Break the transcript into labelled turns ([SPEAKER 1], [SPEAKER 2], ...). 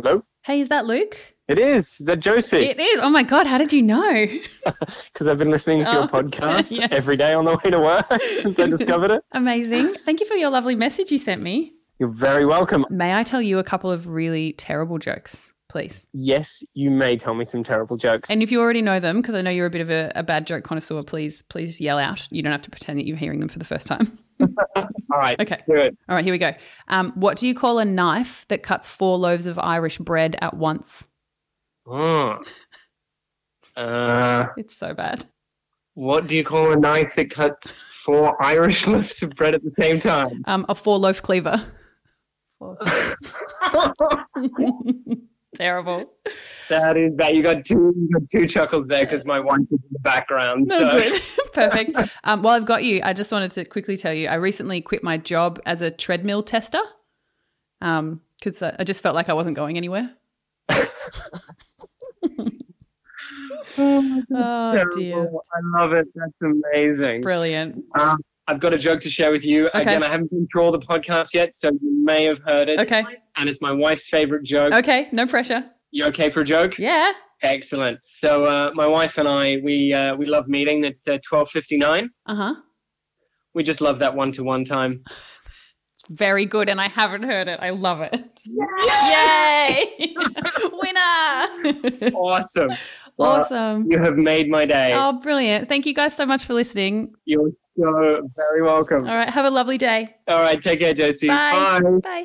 [SPEAKER 1] Hello?
[SPEAKER 2] Hey, is that Luke?
[SPEAKER 1] It is. Is that Josie?
[SPEAKER 2] It is. Oh my God, how did you know?
[SPEAKER 1] Because I've been listening to your
[SPEAKER 2] Oh, okay,
[SPEAKER 1] podcast
[SPEAKER 2] yes.
[SPEAKER 1] every day on the way to work since I discovered it.
[SPEAKER 2] Amazing. Thank you for your lovely message you sent me.
[SPEAKER 1] You're very welcome.
[SPEAKER 2] May I tell you a couple of really terrible jokes, please?
[SPEAKER 1] Yes, you may tell me some terrible jokes.
[SPEAKER 2] And if you already know them, because I know you're a bit of a, a bad joke connoisseur, please, please yell out. You don't have to pretend that you're hearing them for the first time.
[SPEAKER 1] All right,
[SPEAKER 2] Okay.
[SPEAKER 1] do it.
[SPEAKER 2] All right, here we go. Um, what do you call a knife that cuts four loaves of Irish bread at once?
[SPEAKER 1] Mm. Uh,
[SPEAKER 2] It's so bad.
[SPEAKER 1] what do you call a knife that cuts four Irish loaves of bread at the same time?
[SPEAKER 2] Um, a four loaf cleaver. Four- Terrible.
[SPEAKER 1] that is bad. You got two, you got two chuckles there because my one is in the background.
[SPEAKER 2] No
[SPEAKER 1] so-
[SPEAKER 2] good. Perfect. Um, while I've got you, I just wanted to quickly tell you I recently quit my job as a treadmill tester because I I just felt like I wasn't going anywhere.
[SPEAKER 1] Oh,
[SPEAKER 2] Oh,
[SPEAKER 1] terrible.
[SPEAKER 2] dear.
[SPEAKER 1] I love it. That's amazing.
[SPEAKER 2] Brilliant.
[SPEAKER 1] Um, I've got a joke to share with you.
[SPEAKER 2] Okay.
[SPEAKER 1] Again, I haven't been through all the podcast yet, so you may have heard it.
[SPEAKER 2] Okay.
[SPEAKER 1] And it's my wife's favorite joke.
[SPEAKER 2] Okay. No pressure.
[SPEAKER 1] You okay for a joke?
[SPEAKER 2] Yeah.
[SPEAKER 1] Excellent. So uh, my wife and I, we uh, we love meeting at uh, twelve fifty nine.
[SPEAKER 2] Uh huh.
[SPEAKER 1] We just love that one to one time.
[SPEAKER 2] It's very good, and I haven't heard it. I love it. Yay! Winner!
[SPEAKER 1] Awesome. Well,
[SPEAKER 2] awesome.
[SPEAKER 1] you have made my day.
[SPEAKER 2] Oh, brilliant. Thank you guys so much for listening.
[SPEAKER 1] You're so very welcome.
[SPEAKER 2] All right. Have a lovely day.
[SPEAKER 1] All right, take care, Josie.
[SPEAKER 2] Bye.
[SPEAKER 1] Bye.
[SPEAKER 2] Bye.